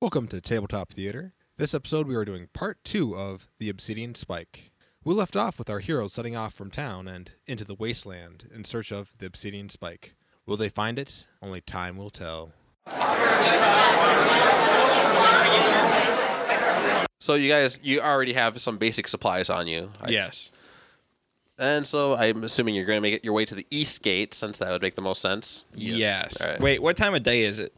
Welcome to Tabletop Theater. This episode, we are doing part two of The Obsidian Spike. We left off with our heroes setting off from town and into the wasteland in search of the Obsidian Spike. Will they find it? Only time will tell. So you guys, you already have some basic supplies on you, I- Yes. and so I'm assuming you're going to make it your way to the east gate, since that would make the most sense. Yes. All right. Wait, what time of day is it?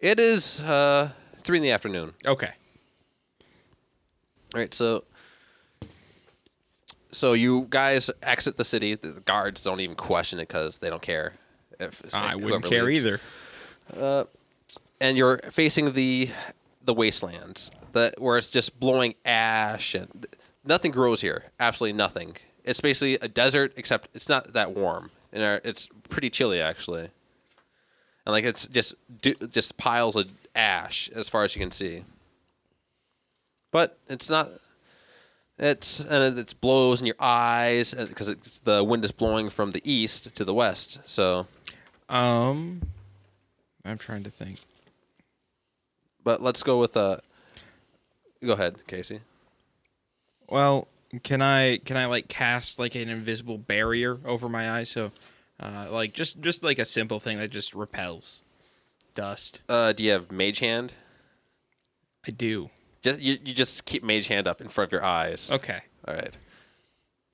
It is uh, three in the afternoon. Okay. All right, so so you guys exit the city. The the guards don't even question it because they don't care. If I wouldn't whoever care leaves. either. And you're facing the the wastelands, the where it's just blowing ash and nothing grows here. Absolutely nothing. It's basically a desert, except it's not that warm, and uh, it's pretty chilly actually. And like it's just du- just piles of ash as far as you can see. But it's not It's and it, it blows in your eyes because it's the wind is blowing from the east to the west. So, Um, I'm trying to think. but let's go with uh Go ahead, Casey. Well, can I can I like cast like an invisible barrier over my eyes so, uh, like just just like a simple thing that just repels dust. Uh, do you have Mage Hand? I do. Just you, you just keep Mage Hand up in front of your eyes. Okay. All right.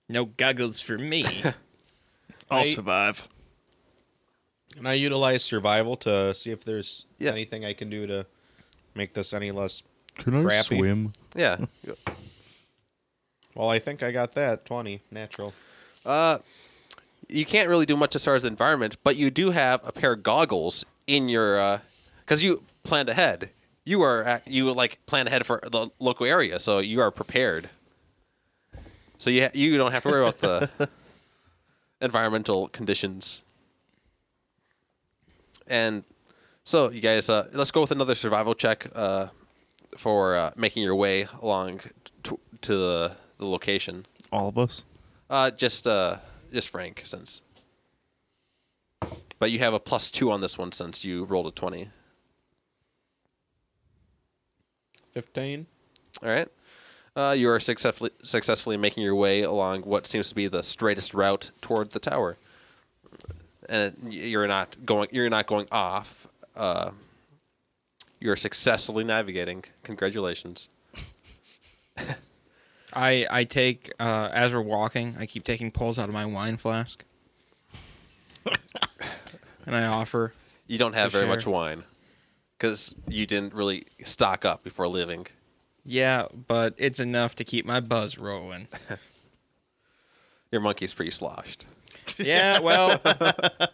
No goggles for me. I'll I- survive. And I utilize survival to see if there's Yeah. anything I can do to make this any less. Can I Crappy. swim? Yeah. Well, I think I got that twenty natural. you can't really do much as far as the environment, but you do have a pair of goggles in your because you planned ahead. You are ac- you like plan ahead for the local area, so you are prepared. So you ha- you don't have to worry about the environmental conditions. And so you guys, uh, let's go with another survival check uh, for uh, making your way along t- to the, the location. All of us. Uh, just uh, just Frank, since. But you have a plus two on this one since you rolled a twenty. Fifteen. All right. Uh, you are successfully successfully making your way along what seems to be the straightest route toward the tower, and y- you're not going you're not going off. Uh, you're successfully navigating. Congratulations. I I take uh, as we're walking. I keep taking pulls out of my wine flask, and I offer. You don't have For very much sure. wine, because you didn't really stock up before leaving. Yeah, but it's enough to keep my buzz rolling. Your monkey's pretty sloshed. Yeah, well,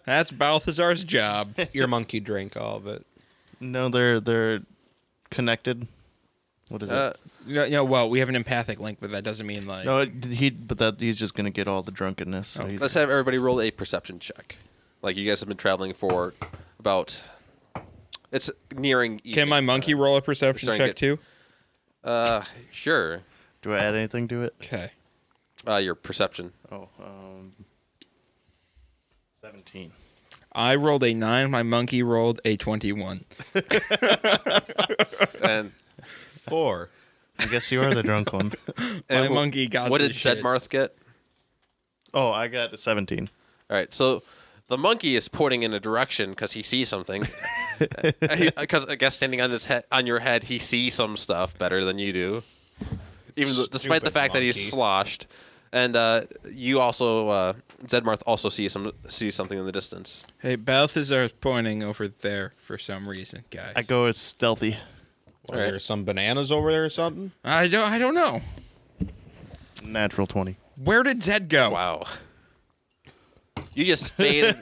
that's Balthazar's job. Your monkey drank all of it. No, they're they're connected. What is Uh, No, no, well, we have an empathic link, but that doesn't mean like. it? No, it, he. But that he's just gonna get all the drunkenness. So he's, Let's have everybody roll a perception check. Like you guys have been traveling for about it's nearing evening. Can my monkey roll a perception Sorry, check get- too? uh sure. do I add anything to it? Okay. Uh your perception. Oh, um, seventeen. I rolled a nine. My monkey rolled a twenty-one. And, Four. I guess you are the drunk one. My and monkey got. what did this shit. Zedmarth get? Oh, I got a seventeen. All right. So the monkey is pointing in a direction cuz he sees something. Cuz I guess standing on his head on your head, he sees some stuff better than you do. Even though, despite the Stupid fact that he's monkey. sloshed. And uh, you also uh, Zedmarth also sees some sees something in the distance. Hey, Balthazar's pointing over there for some reason, guys. I go as stealthy. Was there some bananas over there or something? I don't. I don't know. Natural twenty. Where did Zed go? Wow. You just faded.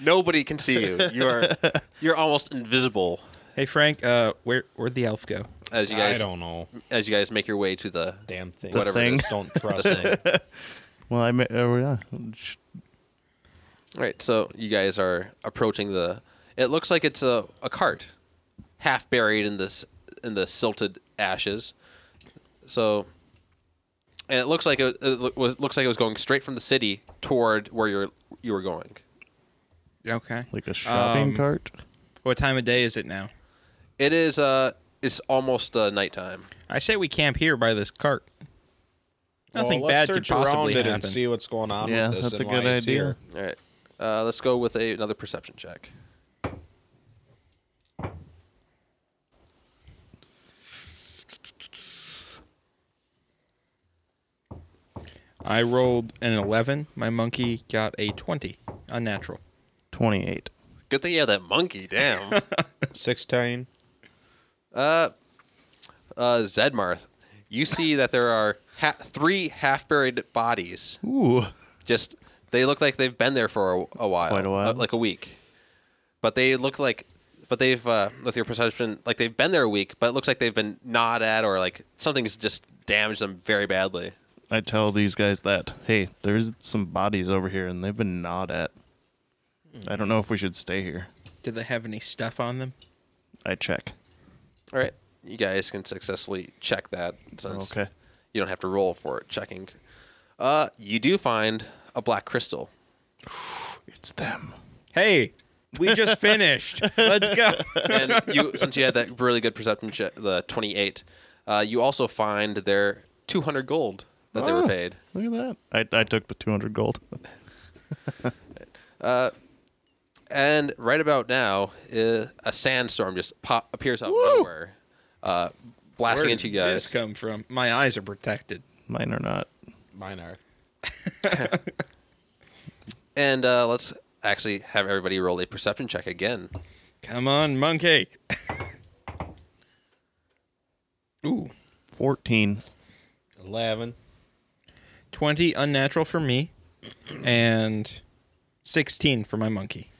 Nobody can see you. You are you're almost invisible Hey Frank, uh, where where'd the elf go? as you guys I don't know. as you guys make your way to the Damn thing. whatever thing. it is. Just don't trust The thing. it. Well, I. ma- Oh, yeah. Sh- All right, so you guys are approaching the. It looks like it's a, a cart, half buried in this in the silted ashes. So, and it looks like it, it loo- was- looks like it was going straight from the city toward where you're you were going. Okay. Like a shopping Um, cart. What time of day is it now? It is uh, it's almost uh, nighttime. I say we camp here by this cart. Nothing Well, bad let's could search around possibly it happen. and see what's going on Yeah, with this. that's a and why good it's idea. here. All right, uh, let's go with a, another perception check. I rolled an 11. My monkey got a 20. Unnatural. Twenty-eight. Good thing you have that monkey. Damn. Sixteen. Uh, uh, Zedmarth, you see that there are ha- three half-buried bodies. Ooh. Just they look like they've been there for a, a while, Quite a while. uh, like a week. But they look like, but they've uh, with your perception, like they've been there a week, but it looks like they've been gnawed at or like something's just damaged them very badly. I tell these guys that hey, there's some bodies over here, and they've been gnawed at. I don't know if we should stay here. Did they have any stuff on them? I check. All right, you guys can successfully check that since Okay. you don't have to roll for it checking. Uh, you do find a black crystal. It's them. Hey, we just finished. Let's go. and you, since you had that really good perception check, the 28, uh, you also find their 200 gold that they were Ah. paid. Look at that. I, I took the 200 gold. And right about now, uh, a sandstorm just pop, appears out of nowhere, uh, blasting Where did into you guys. this come from? My eyes are protected. Mine are not. Mine are. and uh, let's actually have everybody roll a perception check again. Come on, monkey. Ooh, 14. Eleven. 20 unnatural for me and 16 for my monkey.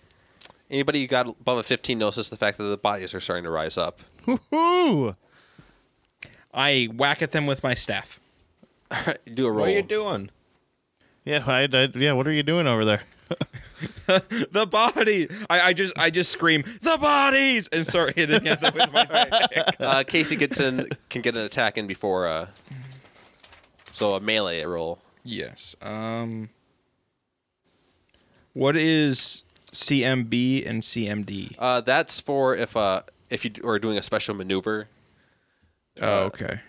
Anybody who got above a 15 notices the fact that the bodies are starting to rise up. Ooh. I whack at them with my staff. Do a roll. What are you doing? Yeah, I, I, yeah, what are you doing over there? The body. I, I just I just scream the bodies and start hitting at them with my staff. uh, Casey gets in, can get an attack in before. Uh, so a melee roll. Yes. Um. What is CMB and CMD? Uh, that's for if uh, if you d- are doing a special maneuver, Oh, okay.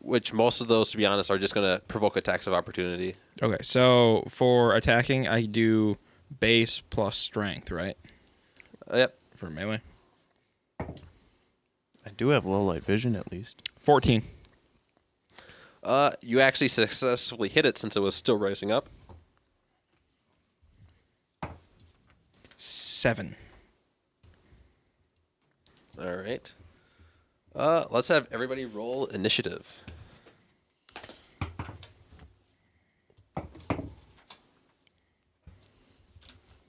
which most of those, to be honest, are just going to provoke attacks of opportunity. Okay, so for attacking, I do base plus strength, right? Uh, yep. For melee, I do have low light vision at least. fourteen. Uh, you actually successfully hit it since it was still rising up. Seven. All right. Uh, let's have everybody roll initiative.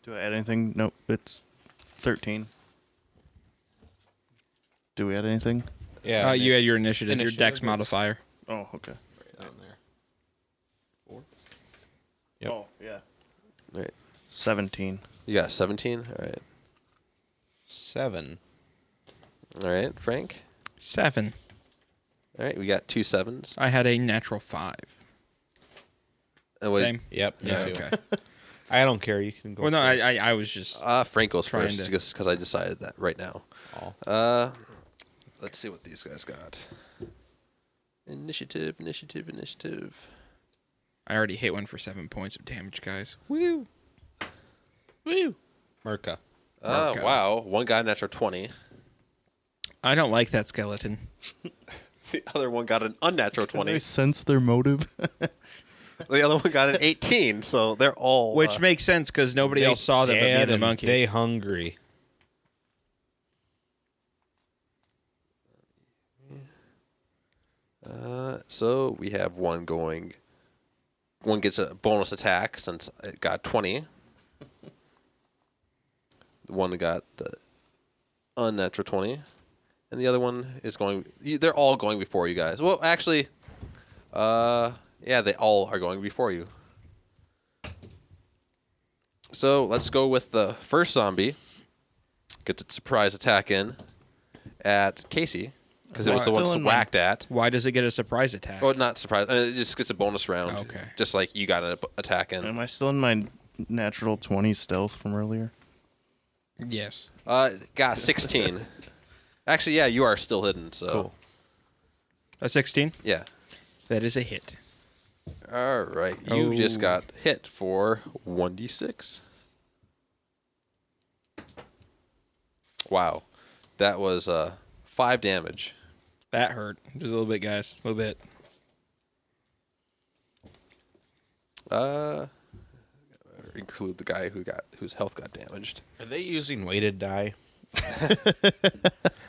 Do I add anything? Nope, it's 13. Do we add anything? Yeah. Uh, you had your initiative, Initiative your dex is- modifier. Oh, okay. Yep. Oh, yeah. All right. 17. You got 17. All right. seven. All right, Frank. Seven. All right, we got two sevens. I had a natural five. And what- Same. Yep. Me Yeah, too. Okay. I don't care. You can go. well, no, first. I, I I was just Uh, Frank goes Trying first to- just because I decided that right now. Oh. Uh, let's see what these guys got. Initiative, initiative, initiative. I already hit one for seven points of damage, guys. Woo. Woo. Merca. Oh, Marco. wow. One guy natural 20. I don't like that skeleton. The other one got an unnatural I 20. sense their motive. the other one got an 18, so they're all. Which uh, makes sense because nobody else saw them but me dead and the and monkey. They hungry. uh, so we have one going. One gets a bonus attack since it got 20. The one that got the unnatural 20. And the other one is going. you- They're all going before you guys. Well, actually, uh, yeah, they all are going before you. So let's go with the first zombie. Gets its surprise attack in at Casey. because it was the Still ones in my- whacked at. Why does it get a surprise attack? Oh, not surprised. Uh, it just gets a bonus round. Oh, Okay. Just like you got an ap- attack in. Am I still in my natural 20 stealth from earlier? yes. Uh, got 16. Actually, yeah, you are still hidden. So A 16? yeah. That is a hit. All right, you just Oh. got hit for one d six. Wow, that was uh five damage. That hurt. Just a little bit, guys. A little bit. Uh, include the guy who got whose health got damaged. Are they using weighted die?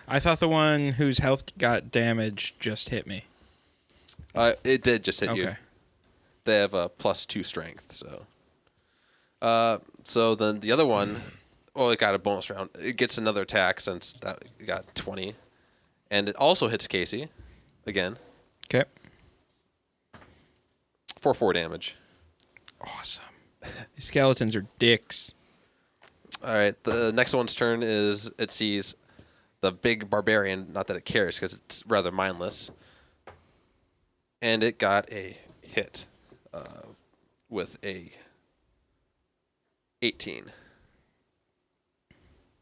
I thought the one whose health got damaged just hit me. Uh, it did just hit you. Okay. They have a plus two strength, so. Uh, so then the other one, well, it got a bonus round. It gets another attack since that it got twenty, and it also hits Casey, again Okay. for four damage. Awesome. These skeletons are dicks. All right. The next one's turn is it sees the big barbarian. Not that it cares because it's rather mindless. And it got a hit uh, with a 18.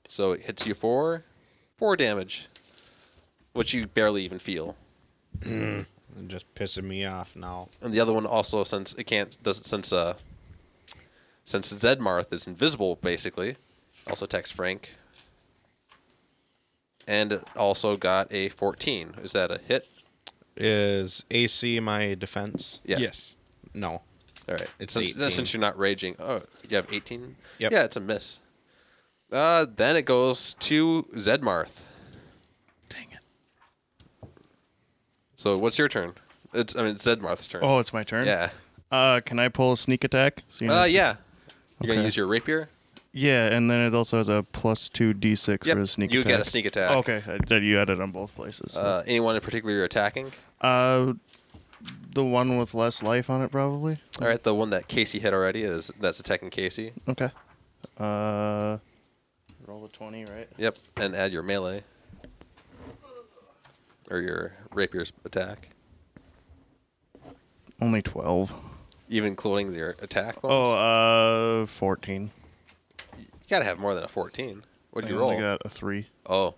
So it hits you for four damage, which you barely even feel. They're just pissing me off now. And the other one also, since it can't, doesn't since uh, since Zedmarth is invisible, basically, also attacks Frank. And it also got a 14. Is that a hit? Is AC my defense? Yeah. Yes. No. All right. It's since, 18. since you're not raging. Oh, you have 18. Yep. Yeah, it's a miss. Uh, then it goes to Zedmarth. Dang it. So what's your turn? It's I mean it's Zedmarth's turn. Oh, it's my turn? yeah. Uh, can I pull a sneak attack? So you know- Uh, yeah. You're gonna Okay. use your rapier. Yeah, and then it also has a plus two d6 Yep. for the sneak you attack. get a sneak attack. Okay, I did- you had it on both places. Uh, anyone in particular you're attacking? Uh, the one with less life on it, probably. All right, the one that Casey hit already is that's attacking Casey. Okay. Uh, roll a twenty, right? Yep, and add your melee or your rapier's attack, Only twelve. even including your attack. Oh, Bonus. uh, fourteen. you gotta have more than a fourteen. What'd you I roll? only got a three. Oh,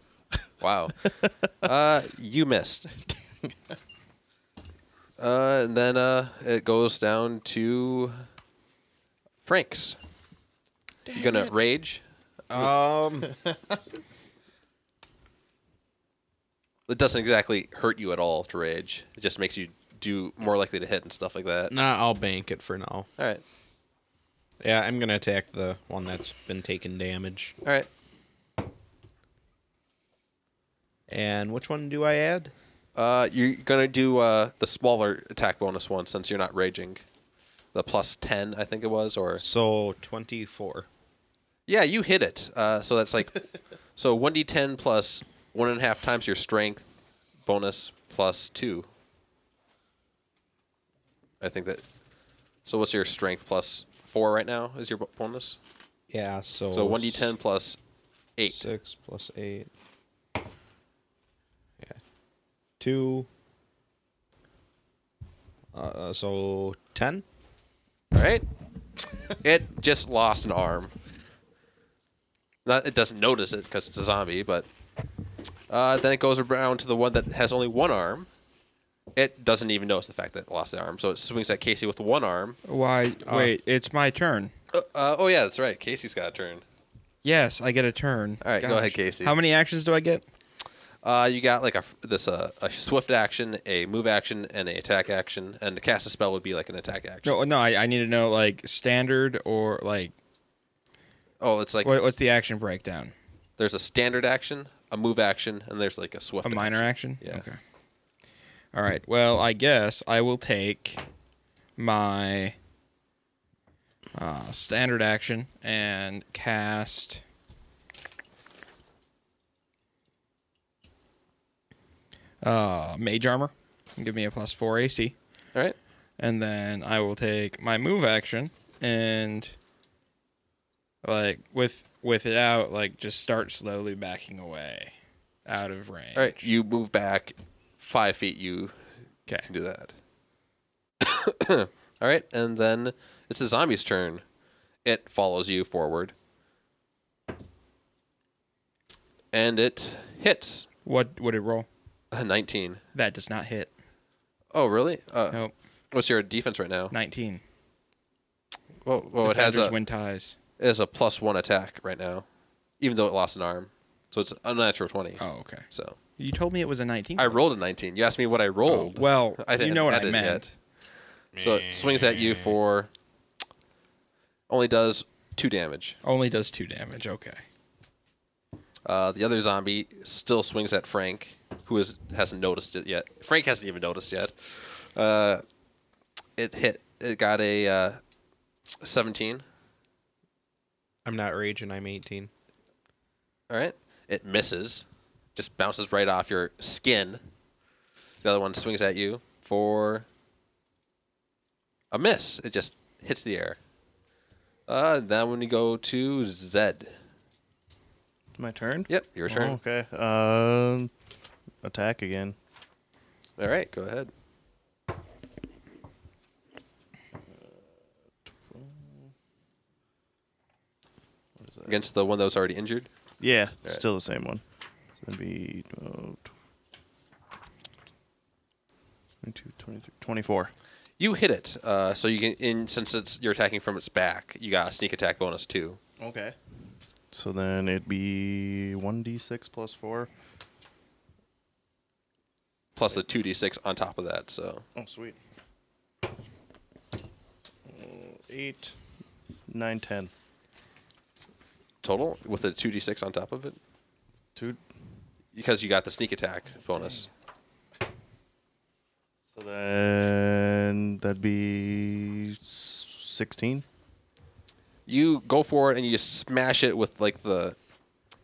wow. uh, you missed. Uh, and then uh, it goes down to Frank's. you gonna rage? Um. It doesn't exactly hurt you at all to rage. It just makes you do more likely to hit and stuff like that. nah, I'll bank it for now. All right. Yeah, I'm gonna attack the one that's been taking damage. All right. And which one do I add? Uh, you're gonna do uh, the smaller attack bonus one since you're not raging, the plus ten I think it was, or So twenty-four. yeah, you hit it. Uh, so that's like, so one d ten plus one and a half times your strength bonus plus two. I think that. So what's your strength plus four right now? Is your bo- bonus? Yeah. So So one d ten plus eight. Six plus eight. Yeah. Two. Uh, so ten. All right. It just lost an arm. Not, it doesn't notice it because it's a zombie, but uh, then it goes around to the one that has only one arm. It doesn't even notice the fact that it lost the arm, so it swings at Casey with one arm. Why? wait, it's my turn. Uh, uh, oh yeah, that's right. Casey's got a turn. Yes, I get a turn. All right, go ahead, Casey. How many actions do I get? Uh, you got like a f- this uh, a swift action, a move action, and a attack action, and to cast a spell would be like an attack action. No, no, I, I need to know like standard or like Oh, it's like what, what's the action breakdown? there's a standard action, a move action, and there's like a swift. A minor action? Yeah. Okay. All right. Well, I guess I will take my uh, standard action and cast. Uh, mage armor, give me a plus four AC, All right. and then I will take my move action and like with without like just start slowly backing away. out of range. All right, you move back five feet. You Okay. can do that. All right, and then it's the zombie's turn. It follows you forward, and it hits What would it roll? a 19. That does not hit. Oh, really? Uh, Nope. What's your defense right now? Nineteen. Well, well Oh, it has Defenders a win ties. it has a plus one attack right now, even though it lost an arm, so it's a natural 20. Oh, okay. So You told me it was a nineteen. I rolled a 19. You asked me what I rolled. Well, I you didn't know what add I it yet. meant. So it swings at you for only does two damage. Only does two damage. Okay. Uh, the other zombie still swings at Frank, who is, hasn't noticed it yet. Frank hasn't even noticed yet. Uh, it hit. It got a uh, 17. I'm not raging. I'm 18. All right. It misses. Just bounces right off your skin. The other one swings at you for a miss. It just hits the air. Uh, then when you go to Zed. My turn? Yep, your turn. Oh, okay. Um, attack again. All right, go ahead. Against the one that was already injured. Yeah, right. still the same one. So that'd be uh, tw- 22, 23, 24. You hit it, uh, so you can. In since it's you're attacking from its back, you got a sneak attack bonus too. Okay. So then it'd be 1d6 plus 4. plus the 2d6 on top of that. So Oh, sweet. Uh, Eight, nine, ten. total with the 2d6 on top of it Two. because you got the sneak attack bonus. So then that'd be s- 16. You go for it and you just smash it with like the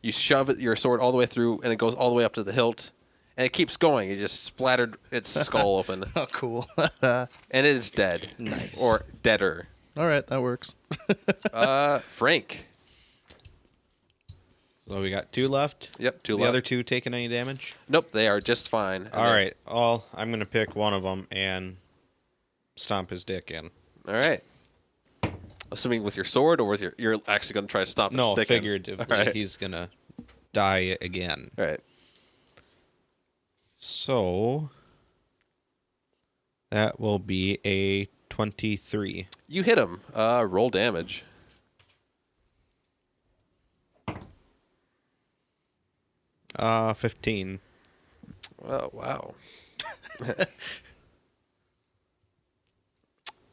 you shove it, your sword all the way through and it goes all the way up to the hilt and it keeps going. It just splattered its skull open Oh, cool. and it is dead. Nice. Or deader. All right, that works. Uh, Frank. So we got two left. Yep, two the left. other two taking any damage? Nope, they are just fine. And All then- right. All I'm gonna pick one of them and stomp his dick in. All right. Assuming with your sword or with your you're actually going to try to stop it No, sticking. figuratively, All right. he's gonna die again. All right. So that will be a 23. You hit him. Uh, roll damage. Uh, 15. Oh wow.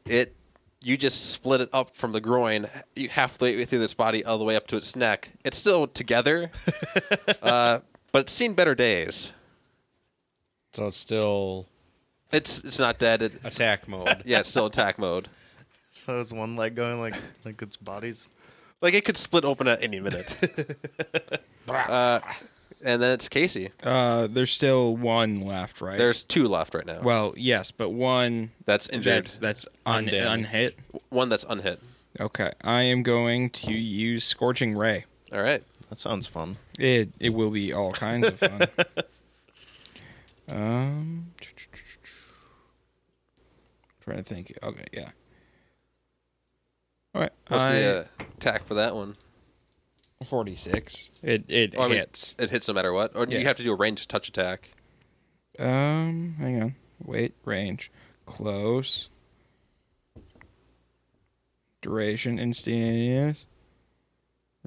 it you just split it up from the groin you halfway through its body all the way up to its neck. It's still together. uh, but it's seen better days. So it's still It's it's not dead. It, attack mode. yeah, it's still attack mode. So it's one leg going like like its body's. Like it could split open at any minute. uh, and then it's Casey. Uh, there's still one left, right? There's two left right now. well, yes, but one that's injured. that's that's un- Undamaged. unhit. One that's unhit. Okay, I am going to use scorching ray. All right. That sounds fun. It it will be all kinds of fun. um, trying to think. Okay, yeah. All right, What's I, the uh, attack for that one? forty six. It it Oh, I mean, hits. It hits no matter what. Or do you Yeah. have to do a ranged touch attack. Um, hang on. Wait, range, close, duration, instantaneous,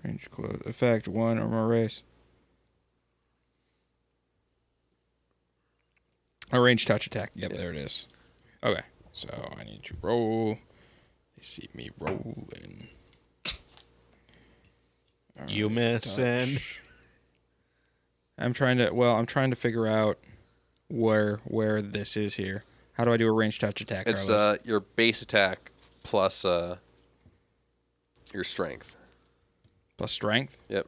range, close, effect, one or more race. A range touch attack. Yep, there it is. Okay, so I need to roll. They see me rolling. you miss and I'm trying to. Well, I'm trying to figure out where where this is here. How do I do a range touch attack? It's Carlos? uh, your base attack plus uh, your strength. plus strength. Yep.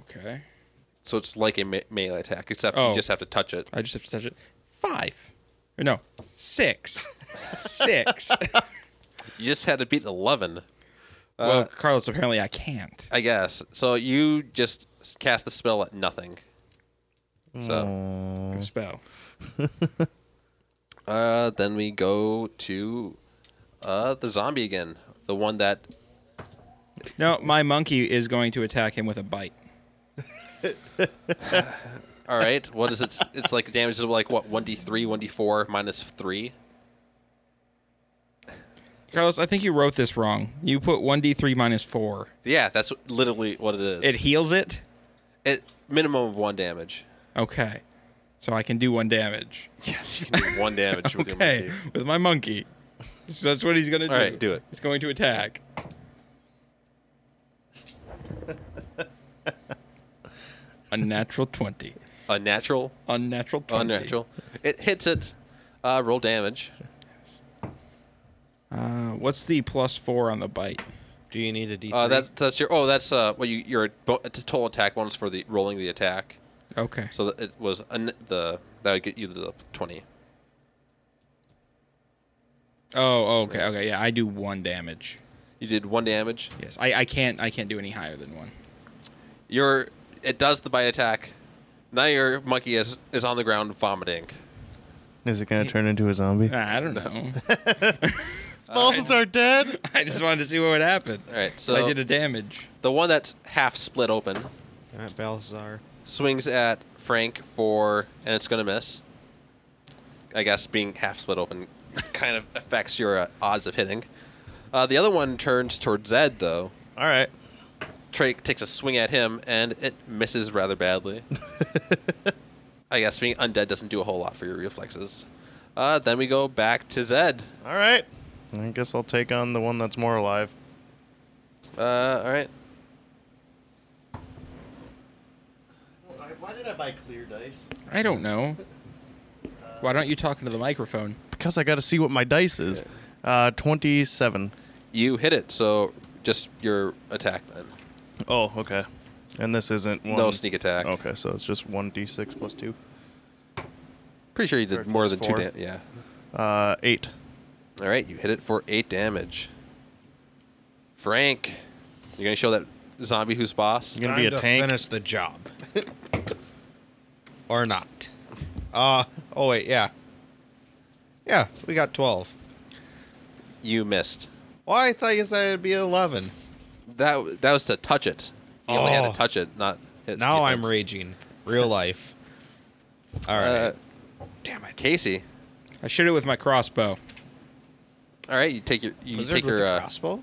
Okay. So it's like a me- melee attack, except Oh. you just have to touch it. I just have to touch it. Five. Or no, six. six. You just had to beat an 11. well, Carlos, apparently I can't. I guess. So you just cast the spell at nothing. Mm. So Good spell. uh, then we go to uh, the zombie again, the one that No, my monkey is going to attack him with a bite. All right. What is it? It's like damage is like what one d three, one d four minus three. Carlos, I think you wrote this wrong. You put 1d3 minus 4. Yeah, that's literally what it is. It heals it? It- minimum of one damage. Okay. So I can do one damage. Yes, you can do one damage with your Okay, monkey. with my monkey. So that's what he's going to do. All right, do it. He's going to attack. Unnatural 20. Unnatural, Unnatural 20. unnatural. It hits it. Uh, roll damage. Uh, what's the plus 4 on the bite? Do you need a D3? Uh, that that's your. Oh, that's uh. Well, you your bo- t- total attack bonus for the rolling the attack. Okay. So that it was un- the that would get you to the twenty. Oh, okay. Okay. Yeah, I do 1 damage. You did one damage. Yes. I, I can't I can't do any higher than 1. Your it does the bite attack. Now your monkey is is on the ground vomiting. Is it gonna turn into a zombie? Ah, I don't know. Balthazar are dead. I just wanted to see what would happen. All right, so I did a damage. The one that's half split open Alright, Balthazar. swings at Frank for, and it's going to miss. I guess being half split open kind of affects your uh, odds of hitting. Uh, the other one turns towards Zed, though. All right. Drake takes a swing at him, and it misses rather badly. I guess being undead doesn't do a whole lot for your reflexes. Uh, then we go back to Zed. All right. I guess I'll take on the one that's more alive. Uh, all right. Why did I buy clear dice? I don't know. Why don't you talk into the microphone? Because I got to see what my dice is. Uh, twenty-seven. You hit it, so just your attack then. Oh, okay. And this isn't one. No sneak attack. Okay, so it's just one d6 plus two. Pretty sure you did Or more plus than four. two damage. Yeah. Uh, eight. All right, you hit it for eight damage. Frank, you're gonna show that zombie who's boss. You gonna be a Time to tank? Finish the job, or not? Uh oh wait, yeah, yeah. We got twelve. You missed. Well, I thought you said it'd be eleven. That that was to touch it. You only had Oh. to touch it, not hit. now I'm defense. raging. Real life. All right. Uh, Damn it. Casey. I shoot it with my crossbow. All right, you take your you Wizard take with your the uh, crossbow.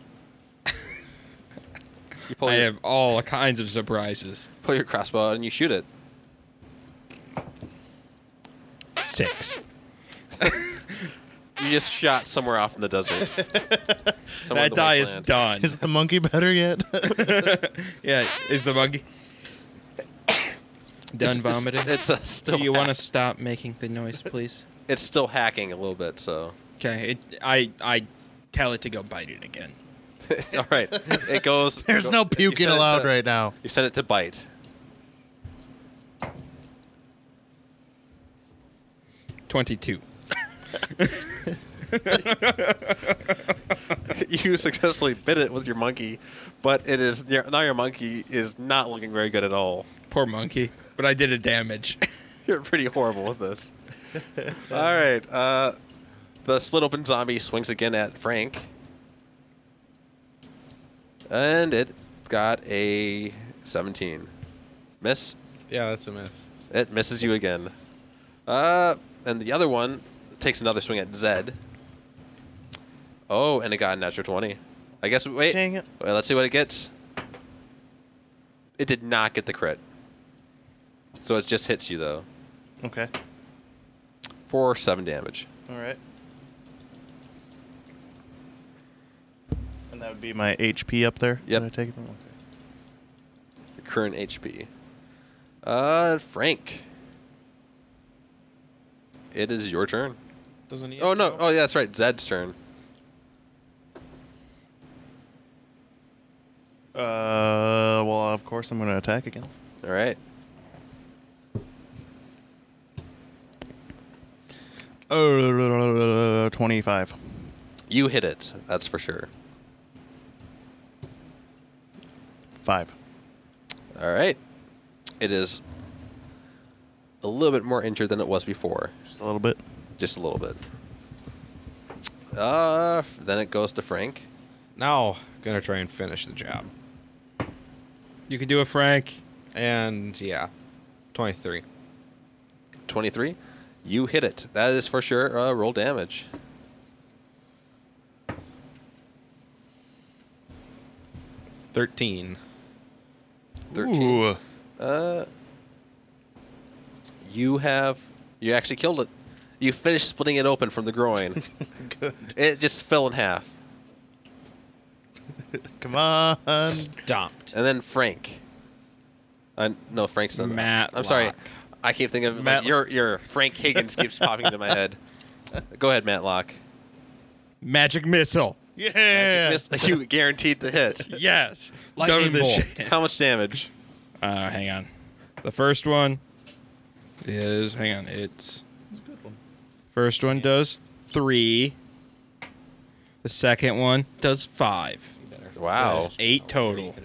you pull I your, have all kinds of surprises. pull your crossbow out and you shoot it. Six. You just shot somewhere off in the desert. Somewhere in That the die is wasteland. done. Is the monkey better yet? yeah, is the monkey done It's- it's- vomiting? It's, uh, still Do you want to hack- stop making the noise, please? It's still hacking a little bit. So Okay, it, I I tell it to go bite it again. all right, it goes. There's no puking allowed right now. You send it to bite. Twenty-two. you successfully bit it with your monkey, but it is now your monkey is not looking very good at all. Poor monkey. But I did a damage. You're pretty horrible with this. all right, uh, the split open zombie swings again at Frank, and it got a 17. Miss. Yeah, that's a miss. It misses you again. Uh, and the other one takes another swing at Zed. Oh, and it got a natural 20. I guess, wait. Dang it. Wait, let's see what it gets. It did not get the crit. So it just hits you, though, Okay. for 7 damage. All right. And that would be my HP up there. Yep. Did I take it? Okay. Your current HP. Uh, Frank. It is your turn. Doesn't he? Oh, no. Oh, yeah, that's right. Zed's turn. Uh, well, of course I'm gonna attack again. All right. Uh, twenty-five. Uh, You hit it, that's for sure. Five. All right. It is a little bit more injured than it was before, Just a little bit. just a little bit. Uh, then it goes to Frank. Now, gonna try and finish the job. You can do it, Frank. And yeah, 23. 23. You hit it. That is for sure. Uh, roll damage. Thirteen. 13. You have. You actually killed it. You finished splitting it open from the groin. Good. It just fell in half. Come on. Stomped. And then Frank. Uh, no, Frank's not. Matt I'm sorry. Locke. I keep thinking of Matt- like, your your Frank Higgins keeps popping into my head. Go ahead, Matlock. Magic missile. Yeah. Miss, you guaranteed to hit. Yes. Lightning Go to the bolt. shit. How much damage? Uh, hang on. The first one is hang on. It's first one does three. The second one does five. Wow. That's eight total.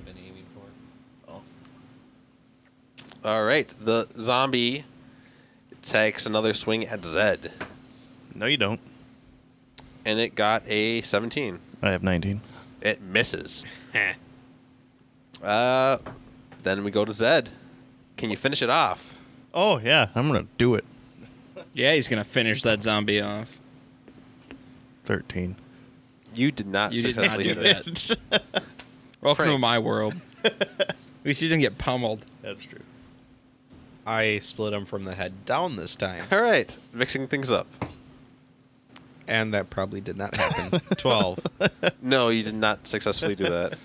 All right. The zombie takes another swing at Zed, No, you don't. and it got a 17. I have 19. It misses. uh, then we go to Zed. Can you finish it off? Oh, yeah. I'm going to do it. Yeah, he's gonna finish that zombie off. 13. You did not You did not successfully do hit it. that. Welcome to Frank. my world. At least you didn't get pummeled. That's true. I split him from the head down this time. All right, mixing things up. And that probably did not happen. 12. No, you did not successfully do that.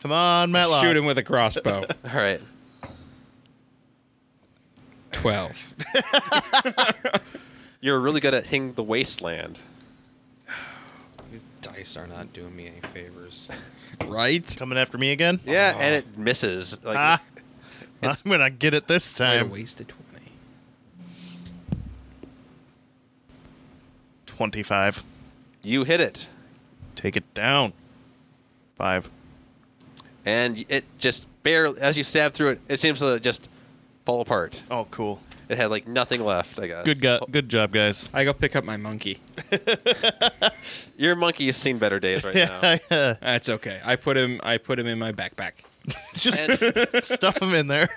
Come on, Matlock. Shoot him with a crossbow. All right. Twelve. You're really good at hitting the wasteland. Dice are not doing me any favors. Right? Coming after me again? Yeah, Oh. and it misses. Like Ah, I'm going to get it this I time. wasted twenty. 25. you hit it, Take it down. Five. and it just barely. As you stab through it, it seems to just fall apart. Oh, cool. It had like nothing left. I guess. Good, go- good job, guys. I go pick up my monkey. Your monkey has seen better days right now. Yeah, That's okay. I put him. I put him in my backpack. just And uh, stuff them in there.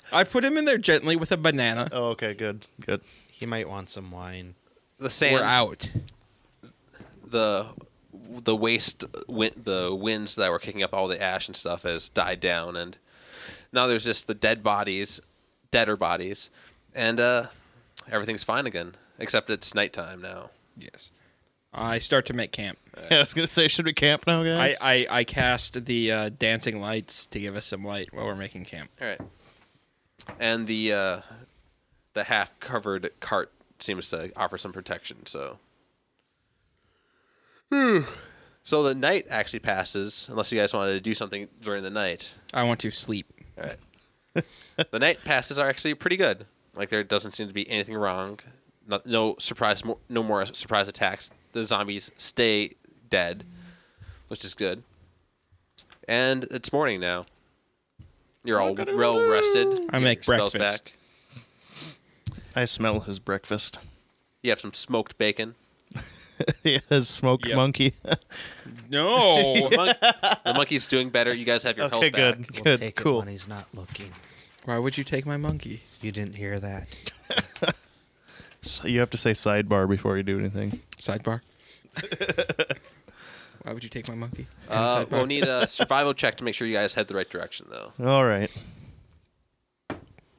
I put him in there gently with a banana. oh, okay, good, good. He might want some wine. the sands, We're out. the the waste win, the winds that were kicking up all the ash and stuff has died down, and now there's just the dead bodies, deader bodies, and uh, everything's fine again. Except it's nighttime now. Yes. I start to make camp. Yeah, I was gonna say, should we camp now, I, guys? I, I cast the uh, dancing lights to give us some light while we're making camp. All right. And the uh, the half covered cart seems to offer some protection. So. So the night actually passes, unless you guys wanted to do something during the night. I want to sleep. All right. the night passes are actually pretty good. Like there doesn't seem to be anything wrong. No, no surprise, mo- no more surprise attacks. The zombies stay dead, which is good. And it's morning now. You're all well rested. I You make have your spells breakfast. back. I smell his breakfast. You have some smoked bacon. he has smoked Yep. monkey. No. The, monk- the monkey's doing better. You guys have your okay, health back. good, good, cool. he's not looking. Why would you take my monkey? You didn't hear that. So you have to say sidebar before you do anything. Sidebar. Why would you take my monkey? Uh, Sidebar. we'll need a survival check to make sure you guys head the right direction, though. All right.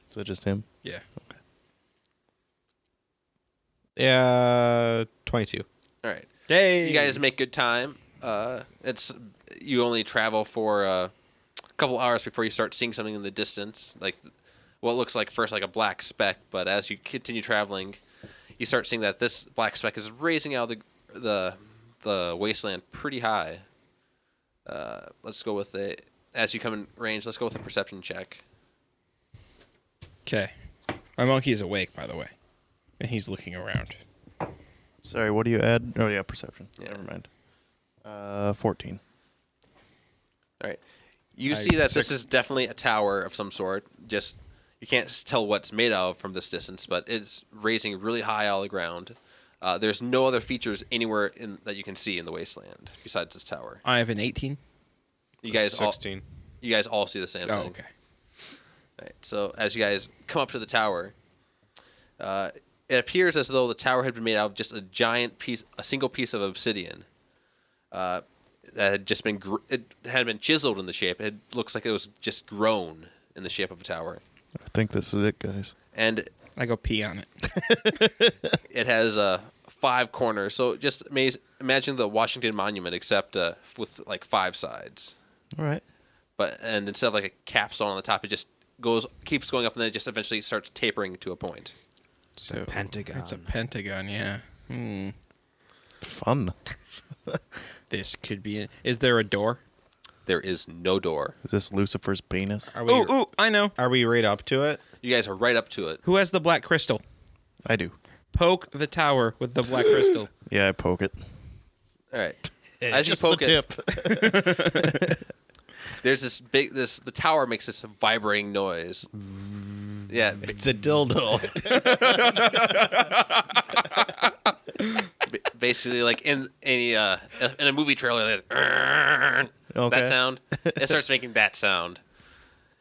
So just him. yeah. Yeah, 22. All right. Hey. you guys make good time. Uh, it's you only travel for uh, a couple hours before you start seeing something in the distance, like what looks like first like a black speck. But as you continue traveling, you start seeing that this black speck is raising out of the the the wasteland pretty high. Uh, let's go with a as you come in range. Let's go with a perception check. Okay. My monkey is awake, by the way, and he's looking around. Sorry, what do you add? Oh yeah, perception. Yeah. Never mind. Uh, fourteen. All right. You I- see that six- this is definitely a tower of some sort. Just you can't s- tell what it's made of from this distance, but it's raising really high out of the ground. Uh, there's no other features anywhere in, that you can see in the wasteland besides this tower. I have an 18. You guys all, 16. you guys all see the same Oh, Oh, thing. Right. So as you guys come up to the tower, uh, it appears as though the tower had been made out of just a giant piece, a single piece of obsidian uh, that had just been gr- it had been chiseled in the shape. It looks like it was just grown in the shape of a tower, I think this is it, guys. and I go pee on it. it has uh, five corners. So just amaz- imagine the Washington Monument, except uh, with like five sides. All right. But and instead of like a capstone on the top, it just goes keeps going up, and then it just eventually starts tapering to a point. So Pentagon. it's a pentagon, yeah. Hmm. Fun. This could be. A, is there a door? There is no door. Is this Lucifer's penis? Are we, Oh, ooh, I know. are we right up to it? You guys are right up to it. Who has the black crystal? I do. Poke the tower with the black crystal. Yeah, I poke it. All right. As you Just the poke it, tip. there's this big this the tower makes this vibrating noise. Yeah, b- It's a dildo. b- basically like in any uh in a movie trailer like, that Okay. sound. It starts making that sound,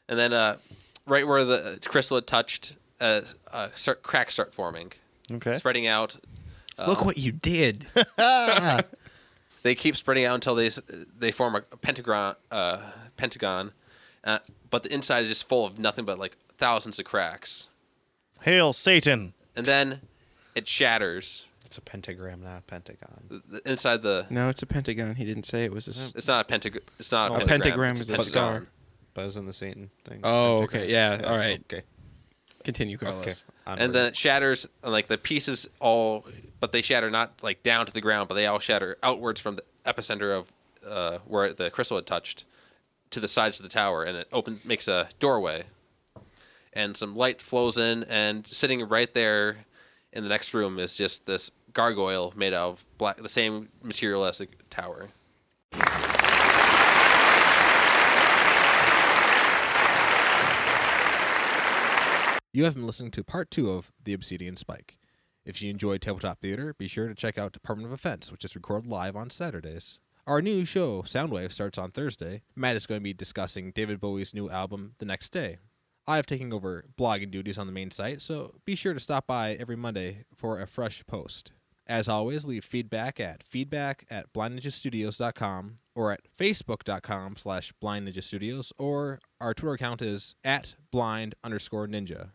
and then uh right where the crystal had touched, uh, uh start, cracks start forming, Okay. spreading out. Look what you did. They keep spreading out until they s- they form a pentagon. Uh, pentagon, uh, but the inside is just full of nothing but like thousands of cracks. Hail Satan. and then it shatters it's a pentagram, not a pentagon. The- inside the. No, it's a pentagon. He didn't say it was a. s- It's not a pentagram. It's not a A pentagram. pentagram it's is a star. pentagon. But it's in the Satan thing. Oh, Pentagram. okay. Yeah. All right. Okay. Continue, Carlos. Okay. And then it shatters, and like the pieces all, but they shatter not like down to the ground, but they all shatter outwards from the epicenter of uh, where the crystal had touched to the sides of the tower, and it opens, makes a doorway, and some light flows in, and sitting right there in the next room is just this gargoyle made out of black, the same material as the tower. You have been listening to part two of The Obsidian Spike. If you enjoy tabletop theater, be sure to check out Department of Offense, which is recorded live on Saturdays. Our new show, Soundwave, starts on Thursday. Matt is going to be discussing David Bowie's new album the next day. I have taken over blogging duties on the main site, so be sure to stop by every Monday for a fresh post. As always, leave feedback at feedback at blindninjastudios.com or at facebook.com slash blindninjastudios or our Twitter account is at blind underscore ninja.